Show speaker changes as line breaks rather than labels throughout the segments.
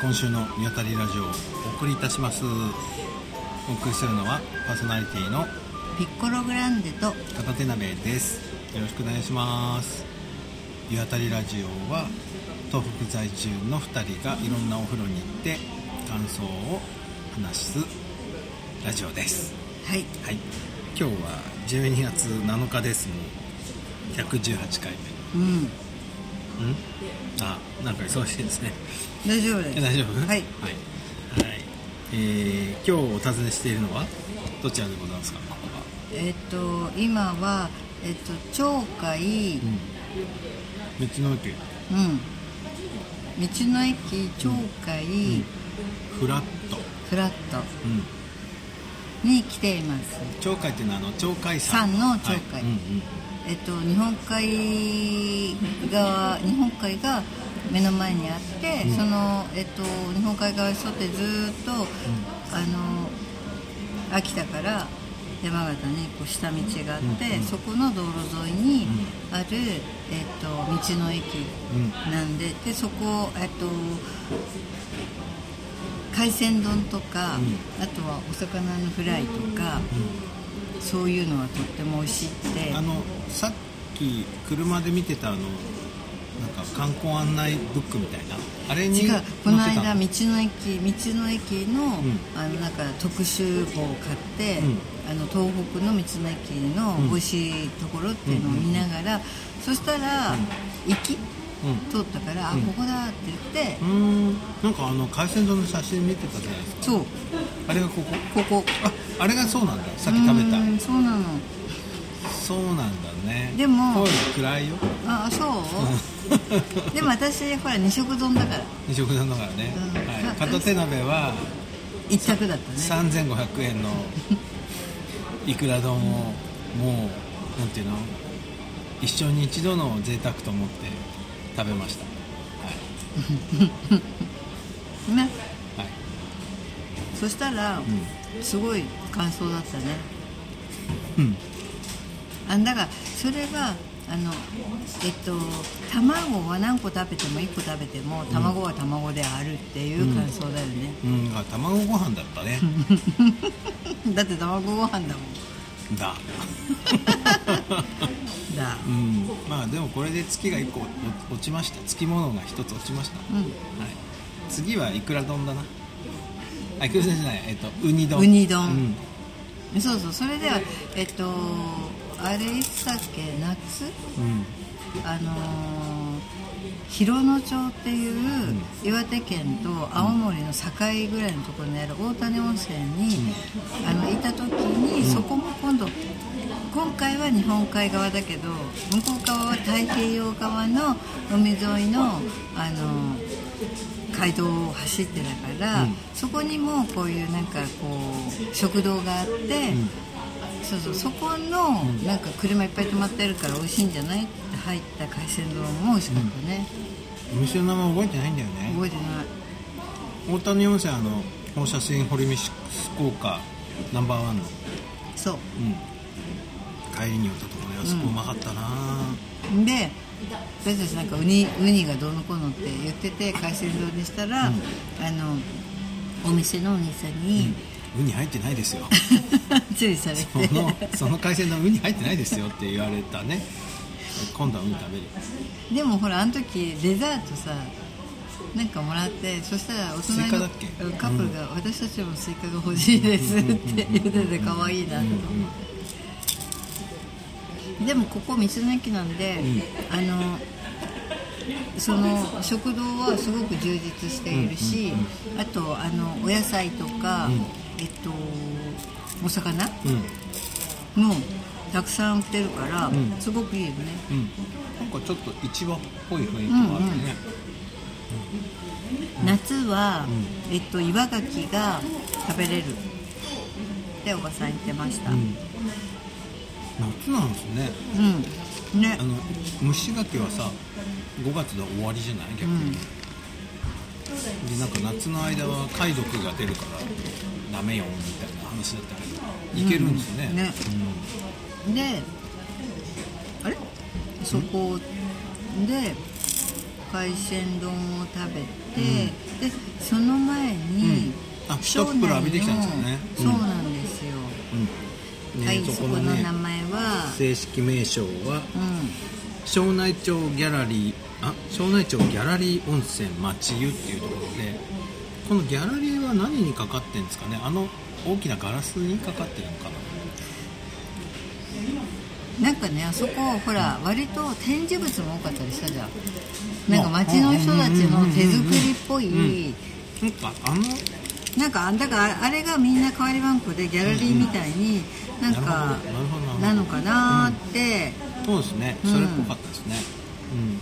今週の「見当たりラジオ」をお送りいたしますお送りするのはパーソナリティの
ピッコログランデと
片手鍋ですよろしくお願いします「見当たりラジオは」東北在住の2人がいろんなお風呂に行って感想を話すラジオです
はい
はい今日は12月7日ですもう118回目
うん
うんあなんか忙しいですね
大丈夫
え
です
大丈夫
はい
はい、はいえー今日お尋ねしているのはどちらでございますかここは
えっ、と今はえっ、と鳥海
道の駅
うん道の駅鳥海、
フラット、
フラット
うん、
に来ています
鳥海っていうのはあの鳥海山
山の鳥海
はいうんうん
えっと、日本海側日本海が目の前にあって、その、えっと、日本海側に沿ってずーっと、あの秋田から山形にこう下道があって、
うんうん
そこの道路沿いにある、えっと、道の駅なんで,、でそこ、えっと、海鮮丼とか、あとはお魚のフライとか、そういうのはとっても美味しいって。
あのさっき車で見てたあのなんか観光案内ブックみたいなあれに載
違
っ
う
て
この
た
間道
の
の駅道の駅の,、
ん
あのなんか特集号を買って、
うん
あの東北の道の駅の美味しいところっていうのを見ながら、そしたら、行き通ったから、あここだって言って、
うんうんなんかあの海鮮丼の写真見てたじゃないですか
そう
あれがここ
ここ
ああれがそうなんださっき食べた
うんそうなの
そうなんだね
でも
声暗いよ
ああそうでも私ほら二色丼だから
二食丼だからね、
うん
はい、片手鍋は
一択だったね
3500円のいくら丼をもうなんていうの一生に一度の贅沢と思って食べました
ね
はい、はい
そしたら、すごい感想だったね
うん、
あだからそれがあのえっと卵は何個食べても1個食べても卵は卵であるっていう感想だよ ね、
うん、あ卵ご飯だったね
だって卵ご飯だもん
だ
だ
うんまあでもこれで月が1個落ちました月物が1つ落ちました、
う
は
ん
い、次はいくら丼だなあいくら丼じゃないえっとウニ丼
ウニ丼
うん
そうそうそれではえっとあれいつだっけ夏
うん
あのー広野町っていう岩手県と青森の境ぐらいのところにある大谷温泉に、あのいた時にそこも今度今回は日本海側だけど向こう側は太平洋側の海沿いの、あのー街道を走ってだから、そこにもこういうなんかこう食堂があって。そうそうそこのなんか車いっぱい止まってるから美味しいんじゃないって入った海鮮丼も美味しかったね、
お店の名前覚えてないんだよね
覚えてない
大谷温泉あの放射線堀見福岡ナンバーワンの、
そう
帰りに寄ったところであそこうまかったな、
で私たちなんかウニウニがどうのこうのって言ってて海鮮丼にしたら、あのお店のお兄さんに
ウニ入ってないですよ
注意されて
そのその海鮮丼ウニ入ってないですよって言われたね今度はウニ食べる
でもほらあの時デザートさなんかもらってそしたらお隣
スイカだ
の
っけ
カップルが、私たちもスイカが欲しいですって言ってて可愛いなと思って、でもここ道の駅なんで、あのその食堂はすごく充実しているし、あとあのお野菜とか、えっとお魚
うん、
もたくさん売ってるから、すごくいいよね
うん、なんかちょっと市場っぽい雰囲気もあってね、
夏は、えっと、岩牡蠣が食べれるっておばさん言ってました、うん
夏なんですね
ね
あの虫がけはさ5月で終わりじゃない逆に、でなんか夏の間は貝毒が出るからダメよみたいな話だったけどいけるんですね,、
ね、であれそこで海鮮丼を食べて、でその前
う
に、
んあ一袋浴びてきたんですよね
そう
うん
なんですよ、
うん
はいそ
そ
こ
こ
の
のね
名前は、
正式名称は
うん、
庄内町ギャラリーあ庄内町ギャラリー温泉町湯っていうところでこのギャラリーは何にかかってんですかねあの大きなガラスにかかってるのかな
なんかねあそこほら割と展示物も多かったりしたじゃんなんか町の人たちの手作りっぽい
なんかあの
なんかあだからあれがみんな代わりバンクでギャラリーみたいになんか
なるほどな
な
る
のかなーって、
そうですね
うん
それっぽかったですね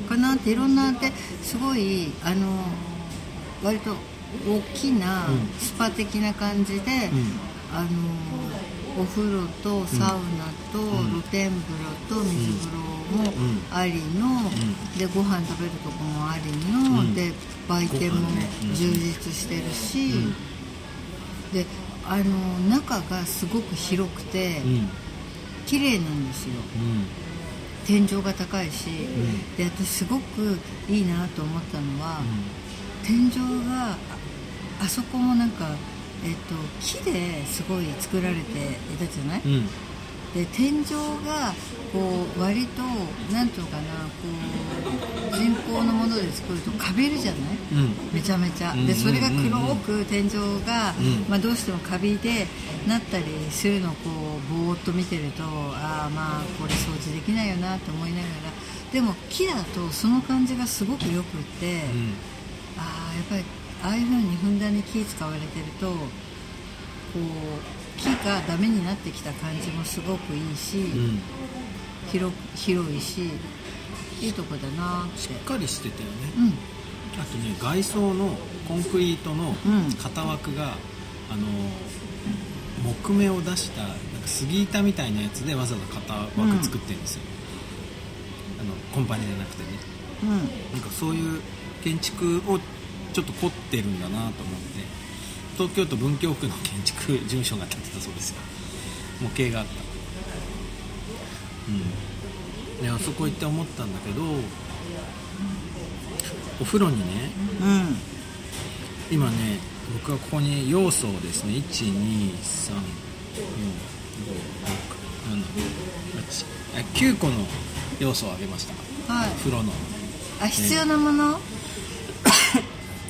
うん
かなっていろんなってすごいあの割と大きな
うん
スパ的な感じで、あのお風呂とサウナと露天風呂と水風呂も
うん
ありの、
ん
でご飯食べるとこもありの、
うん
で売店
ご
も
飯ねうん
充実してるし、
ん
であの中がすごく広くて、
うんうん
綺麗なんですよ。
うん
天井が高いし、
ん
で私すごくいいなと思ったのは、天井がああそこもなんか、えっと、木ですごい作られていたじゃない、
うんうん
で天井がこう割となんとかなこう人工のもので作るとかびるじゃない
うん
めちゃめちゃ
うんうんうんう
で
ん
それが黒く天井が、
うん
まあ、どうしてもカビでなったりするのをこうぼーっと見てるとああまあこれ掃除できないよなと思いながらでも木だとその感じがすごくよくって、
うん
ああやっぱりああいうふうにふんだんに木使われてるとこう木がダメになってきた感じもすごくいいし、
うん
広広いしいいとこだなって。
しっかりしてたよね
うん
あとね外装のコンクリートの
うん
型枠が、あの木目を出したなんか杉板みたいなやつでわざわざ型枠作ってるんですよ、あのコンパニーじゃなくてね
うん
なんかそういう建築をちょっと凝ってるんだなと思って東京都文京区の建築事務所が建てたそうですよ模型があったうんであそこ行って思ったんだけどお風呂にね
うん
今ね僕はここに要素をですね1 2 3 4 5 6 7 8 9個の要素を挙げました
はい
お風呂の
あ必要なもの、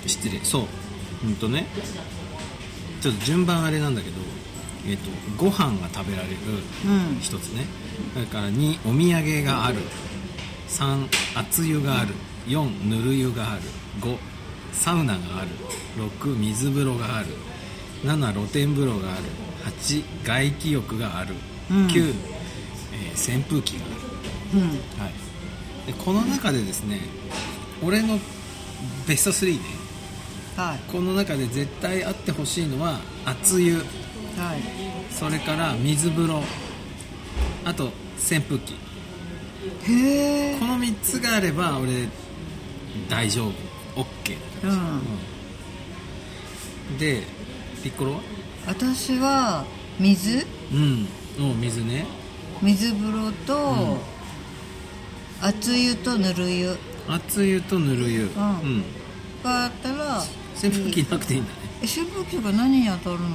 失礼そううんとねちょっと順番あれなんだけど、えっとご飯が食べられる
うん
一つねだから2お土産がある3熱湯がある4ぬる湯がある5サウナがある6水風呂がある7露天風呂がある8外気浴がある
うん
9、えー扇風機がある
うん
はい、でこの中でですね俺のベスト3ね
はい
この中で絶対あってほしいのは熱湯
はい
それから水風呂あと扇風機
へえ
この3つがあれば俺大丈夫 OK
うん
でピッコロは
私は水
うんお水ね
水風呂と、熱湯とぬる湯
熱湯とぬる湯うん
があったら
扇風機なくていいんだね
え扇風機が何に当たるの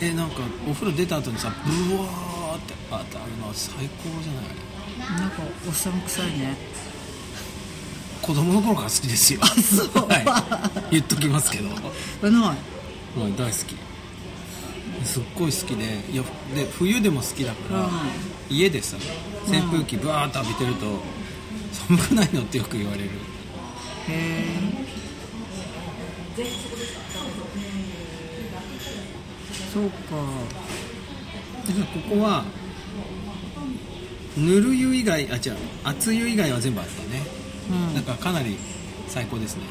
えなんかお風呂出た後にさブワーって当たるのは最高じゃない
なんかおっさん臭いね
子供の頃から好きですよあ
そう
はい、言っときますけど、は
うない
い、大好きすっごい好きでいやで冬でも好きだから、
うん
家でさ扇風機バーッと浴びてると、寒くないのってよく言われる
へえそうか
だからここはぬる湯以外あ違う熱湯以外は全部あったね、
うん
なんかかなり最高ですね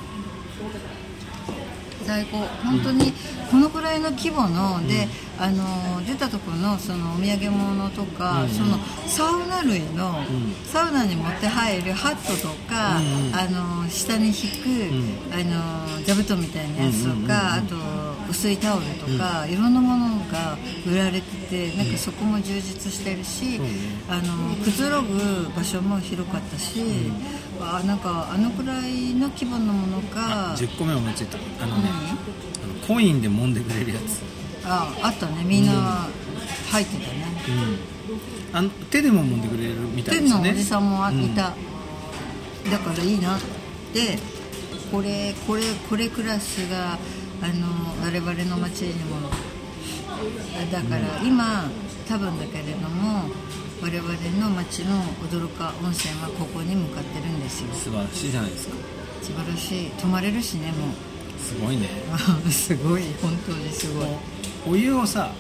在庫本当にこのくらいの規模ので、あの出たところのそのお土産物とか、そのサウナ類の、サウナに持って入るハットとか、あの下に引く、あの座布団みたいなやつとか、あと薄いタオルとか、いろんなものが売られててなんかそこも充実してるし、
そうね
あのくつろぐ場所も広かったし、わあなんかあのくらいの規模のもの
あ
が
10個目思いついたあのね、あのコインで揉んでくれるやつ
ああったねみんな入ってたね、
うんあの手でも揉んでくれるみたい
天
です
の
ね
おじさんもあ
う
いた、だからいいなってこれこれこれクラスがあの我々の町にもだから今多分だけれども我々の町の驚か温泉はここに向かってるんですよ
素晴らしいじゃないですか
素晴らしい泊まれるしねも
すごいね
う すごい本当にすごい、うん
お湯をさ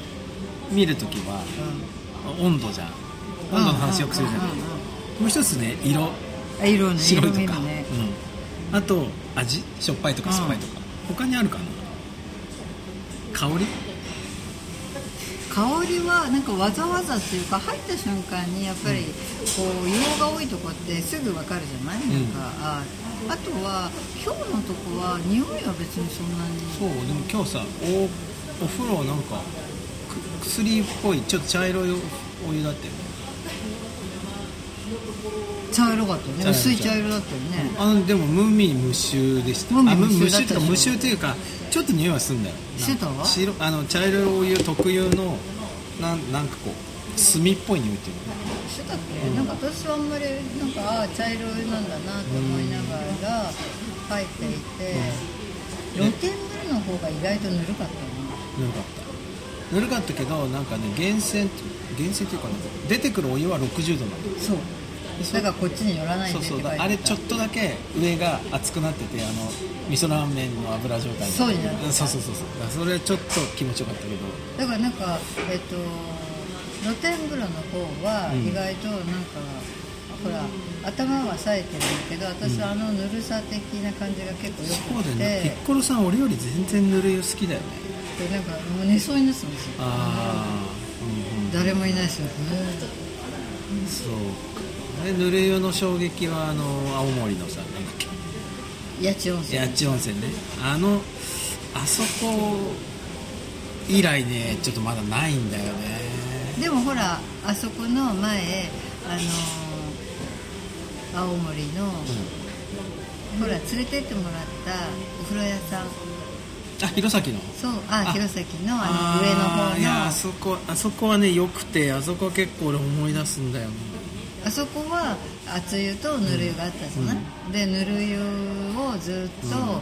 見るときは温度じゃん温度の話よくするじゃん、
うんうんうん
もう一つね色
あ色ね
白
色
いと
見
か、
るね
うん、あと味しょっぱいとか酸っぱいとか、他にあるかな香り
香りはなんかわざわざっていうか入った瞬間にやっぱりこう硫黄が多いとこってすぐわかるじゃない、なんかああとは今日のとこは匂いは別にそんなに
そうでも今日さおお風呂なんかく薬っぽいちょっと茶色いお湯だったよね
茶色かったよ
茶
ね
色
薄い茶色だったよね
あのでも無味無臭でした
無味
あ
無臭
無
だっ
臭とか
たでしょ
無臭というかちょっと匂いはすんだよ
してた
なんか白あの茶色いお湯特有のなんなんかこう炭っぽい匂いっていうの
してたっけ、なんか私はあんまりなんかあ茶色なんだなと思いながら入っていて、露天風呂の方が意外とぬるかったな
ぬるかったぬるかったけどなんかね源泉源泉というかね出てくるお湯は60度なんだよ
そう
そう
だからこっちに寄らないで
そ
っ
うそ
て書いうてあ
だ
った
あれちょっとだけ上が熱くなっててあの味噌ラーメンの油状態に
そうになってた
んそうそうそうそうだからそれちょっと気持ちよかったけど
だからなんかえっ、と露天風呂の方は
うん
意外となんか、ほら頭は冴えてるんだけど私はあのぬるさ的な感じが結構よ
そう
く
だ
て
よ、ねピッコロさん俺より全然ぬるい湯好きだよね
でなんかもう寝そうになってたんですよ
ああうんうん
誰もいないし、
そうあれぬるい湯の衝撃はあの青森のさなんだっけ
八千温泉
八千温泉ねあのあそこ以来ねちょっとまだないんだよね
でもほらあそこの前あの青森の、ほら連れてってもらったお風呂屋さん
あ弘前の
そうあ
あ
弘前のあの上の
あ
方
ーいやあそこあそこはねよくてあそこは結構俺思い出すんだよね
あそこは熱湯とぬる湯があったじゃない、でぬる湯をずっとこ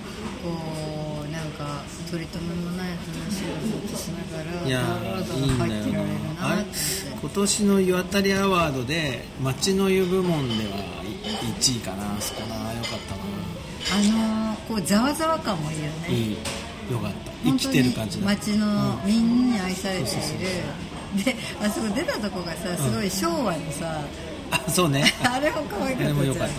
うなんか取り留めもない話をずっとしながら
いや
ドロド
ー
ロ
いいんだ
入ってら
よ
れる
なあ
な
れ
って
今年の湯あたりアワードで町の湯部門では1位かなあそこなよかったな
あのーこうざわざわ感もいいよね、
いいよかった生
本
き
当
てる
に
感じだ
街のみんなに愛されている、であそこ出たとこがさすごい昭和のさ、
あそうね
あれも可愛
あ
かった
れもよかったね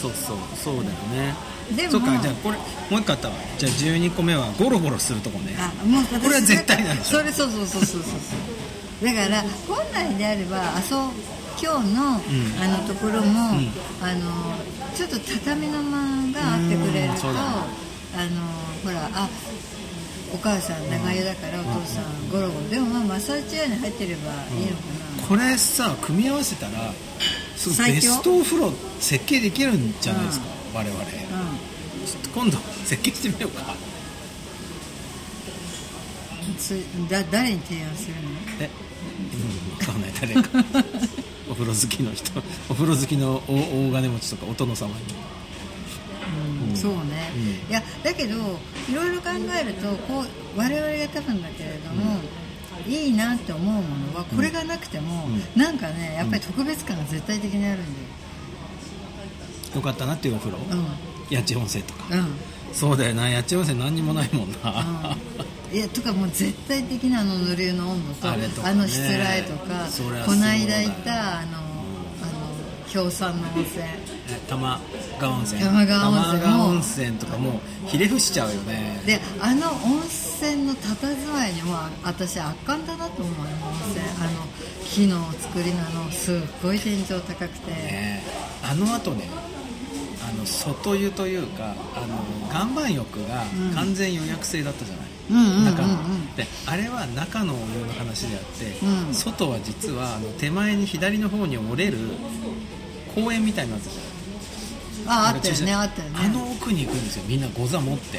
じ、
うん、そうそうそうだよね
でも
そっかじゃあこれもう一個あったわじゃあ12個目はゴロゴロするとこね
ゃんあもう私
これは絶対なんでしょ
それそうそうそうそうそうだから本来であればあそう今日の,、あのところも、あのちょっと畳の間があってくれる
うん
と、
そうだね
あのほらあお母さん長湯だからお父さんゴロゴロでもまあマッサージ屋に入ってればいいのかな、
これさ組み合わせたらすごいベ
最強
ストお風呂設計できるんじゃないですか、我々ちょ
うん
っと今度設計してみようか
それだ誰に提案するの
えうんわかんない誰 かお風呂好きの人お風呂好きの大大金持ちとかお殿様に
そうね、
う
いやだけどいろいろ考えるとこう我々が多分だけれども、いいなって思うものはこれがなくても、なんかねやっぱり特別感が絶対的にあるん
よかったなっていうお風呂、
だよ
八千温泉とか
うんうん
そうだよな八千温泉何にもないもんな、
うん、いやとかもう絶対的なあのぬる湯の温度と
あれとかね
のしつらえとか
それは
こ
そうだ
の間行ったあのあの氷山の温泉
え玉川温泉
玉川温泉
玉川温泉とかもうひれ伏しちゃうよね
であの温泉の佇まいにもあ私圧巻だなと思うあの温泉あの木の作りなのすっごい天井高くて、
ねあの後ねあの外湯というかあの岩盤浴が完全予約制だったじゃない、
うんうんうんうん
中のであれは中のお湯の話であって、
うん
外は実はあの手前に左の方に折れる公園みたいなやつじゃん
ああったよねあったよね
あの奥に行くんですよみんなゴザ持って、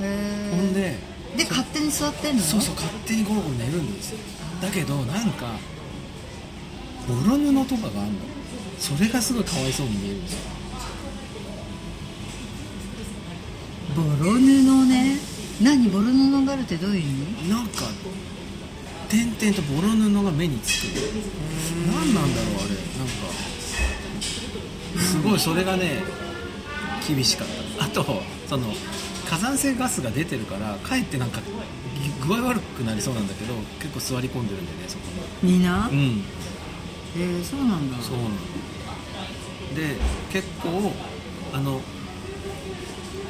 へー
ほんで
で勝手に座ってんの
そうそう勝手にゴロゴロ寝るんですよだけどなんかボロ布とかがあるのそれがすごいかわいそうに見えるんですよ
ボロ布ね何ボロ布があるってどういう意味
なんか点々とボロ布が目につく何なんだろうあれなんかすごいそれがね厳しかったあとその火山性ガスが出てるからかえってなんか具合悪くなりそうなんだけど結構座り込んでるんだよねそこ
みんな、
にうん
えー、そうなんだ
そうなので結構あの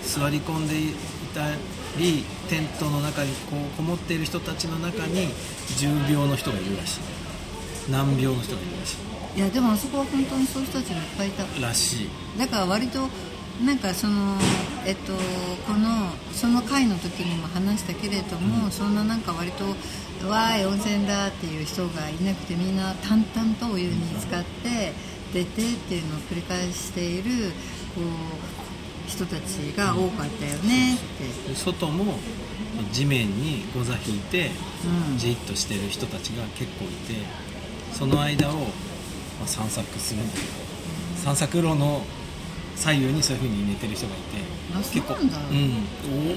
座り込んでいたりテントの中にこうこもっている人たちの中に重病の人がいるらしい難病の人がいるらし
いやでもあそこは本当にそういう人たちがいっぱいいた
いらしい
だから割となんかそのえっとこのその回の時にも話したけれども、そんななんか割と「わーい温泉だ」っていう人がいなくてみんな淡々とお湯に浸かって出てっていうのを繰り返しているこう人たちが多かったよねって。
で外も地面にゴザ引いて
うん
じっとしてる人たちが結構いてその間を、まあ散策するんだけど散策路の左右にそういうふうに寝てる人がい
あ
て
そうなんだ
うん、おお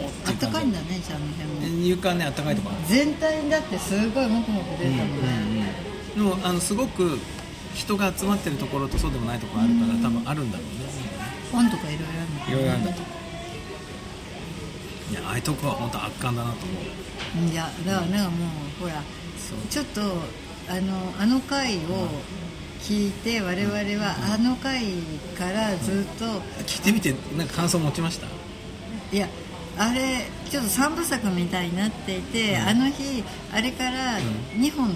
おーって
あ
い
っ
う
た
感じ
かいんだねじゃああの辺も
床ねあったかいとこある
全体にだってすごいもくもく出
う
て
ん
たもんね、
うんうん、でもあのすごく人が集まってるところとそうでもないところあるから、多分あるんだろうね
本とかいろいろあるのかない
ろいろあるんだと思ういやああいうとこは本当圧巻だなと思う
いやだからなんかもうほら
そう
ちょっとあのあの回を聞いて我々はあの回からずっと
聞いてみてなんか感想持ちました
いやあれちょっと三部作みたいになっていてあの日あれから2本後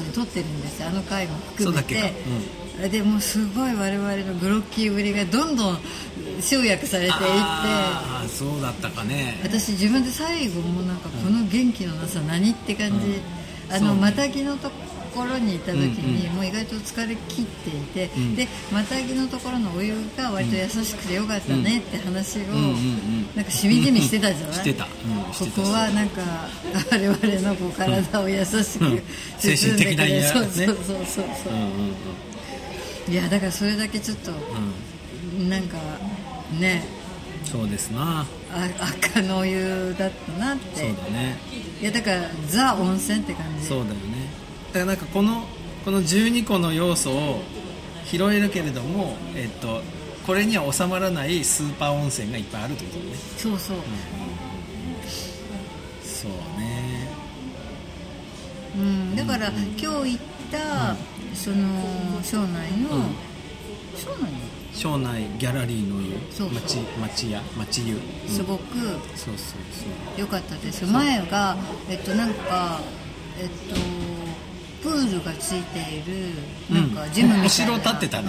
で撮ってるんですよあの回も含
そ
め
うだ
て
っ。
でもうすごい我々のグロッキーぶりがどんどん集約されていって
ああそうだったかね
私自分で最後もなんかこの元気のなさ何って感じ、
うん
あ
そ
の
うね
またぎのところにいた
う
時
ん
に
う
もう意外と疲れ切っていて、
ん
でまたぎのところのお湯が割と優しくてよかったねって話を
うんうんうん
なんかしみじみしてたじゃない、
してたうんしてた
ここはなんか我々のこう体を優しく
うん精神的な
包んでくれ
癒や
そう
ね、
そうそうそうそううん
うんうん
いやだからそれだけちょっと
う
なんかね
んそうですな
あ 赤のお湯だったなって
そうだね
いやだからザ温泉って感じ
そうだよねだからなんかこのこの12個の要素を拾えるけれども、えっと、これには収まらないスーパー温泉がいっぱいあるってことだね
そうそう
そうね
うん、だから今日行った、その庄内の、
うん
庄内の
庄内ギャラリーの湯
そうそう
町町屋町湯、うん
す
そう
ごく
そうそう
良かったです、前がえっとなんかえっとプールがついているなんかジムみたいな、
お城立って たね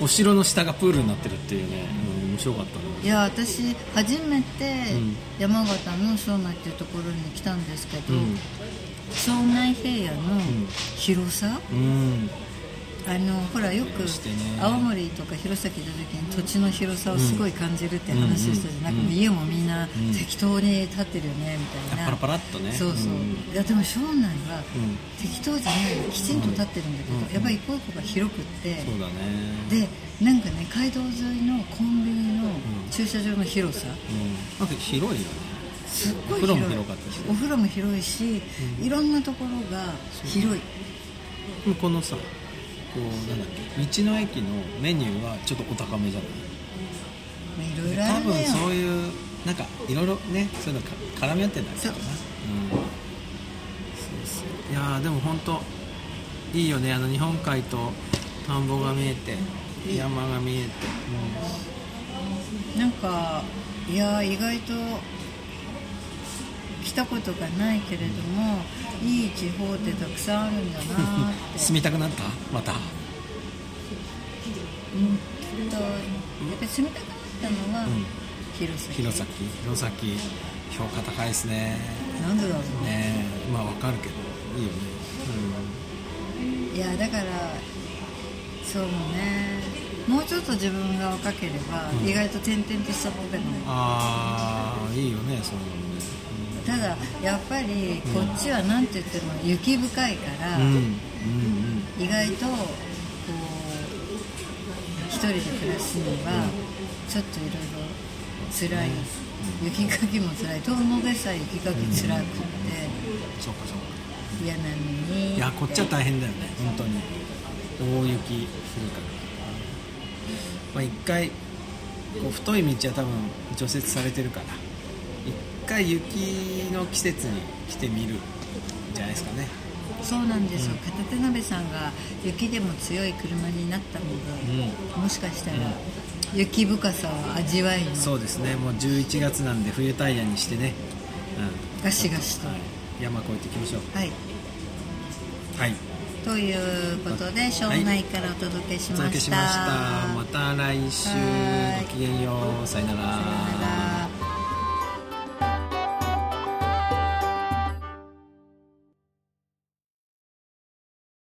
お城の下がプールになってるっていうね、うん面白かったね
いや私初めて
うん
山形の庄内っていうところに来たんですけど、
うん
庄内平野の広さ、
うん
あのほらよく
そうしてね
青森とか弘前行った時に土地の広さをすごい感じるって話をしたじゃな
うん
く
うんうん
家もみんな
うん
適当に立ってるよねみたいな
パラパラっとね
そうそう、
うん
いやでも庄内は
うん
適当じゃないきちんと立ってるんだけど、
うんうん
やっぱり一個一個が広くって、
そうだね
でなんかね街道沿いのコンビニの
ん
駐車場の広さ、
うん、なんか広いよね
すっ
お
ごい
風呂
広い
も広かったし
お風呂も広いし、いろんなところが広い
でもこのさこうなんだっけ道の駅のメニューはちょっとお高めじゃない
まあいろいろあ
多
るね
分そういうなんかいろいろねそういうのか絡み合ってんだけどな
そう
うんそうそういやーでも本当いいよねあの日本海と田んぼが見えて山が見えて、
なんかいやー意外と来たことがないけれどもいい地方ってたくさんあるんだなーっ
うん、
て
住みたくなったまた
うんとやっぱり住みたくなったのは
うん
弘前、
弘前弘前評価高いですね
なんでだろうね
ねえまあわかるけどいいよね
いやだからそうねもうちょっと自分が若ければ、
うん
意外と転々としたボケも
うんああいいよねそういうのね
ただやっぱりこっちはなんて言っても雪深いから、
うんうんうん
意外とこう一人で暮らすにはちょっといろいろ辛い雪かきも辛い遠野でさえ雪かき辛くって
そうかそうか
嫌なのに
いやこっちは大変だよね本当に大雪降るからまあ一回こう太い道は多分除雪されてるから一回雪の季節に来てみるんじゃないですかね
そうなんですよ片手鍋さんが雪でも強い車になったので、もしかしたら雪深さを味わいに
そうですねもう11月なんで冬タイヤにしてね、
ガシガシ
う
と
んはい、山越えていきましょう
はい
はい
ということで庄内からお届けし
お
ま
届け
し。
したましたまた来週
はい
ごきげんようさよなら
さよなら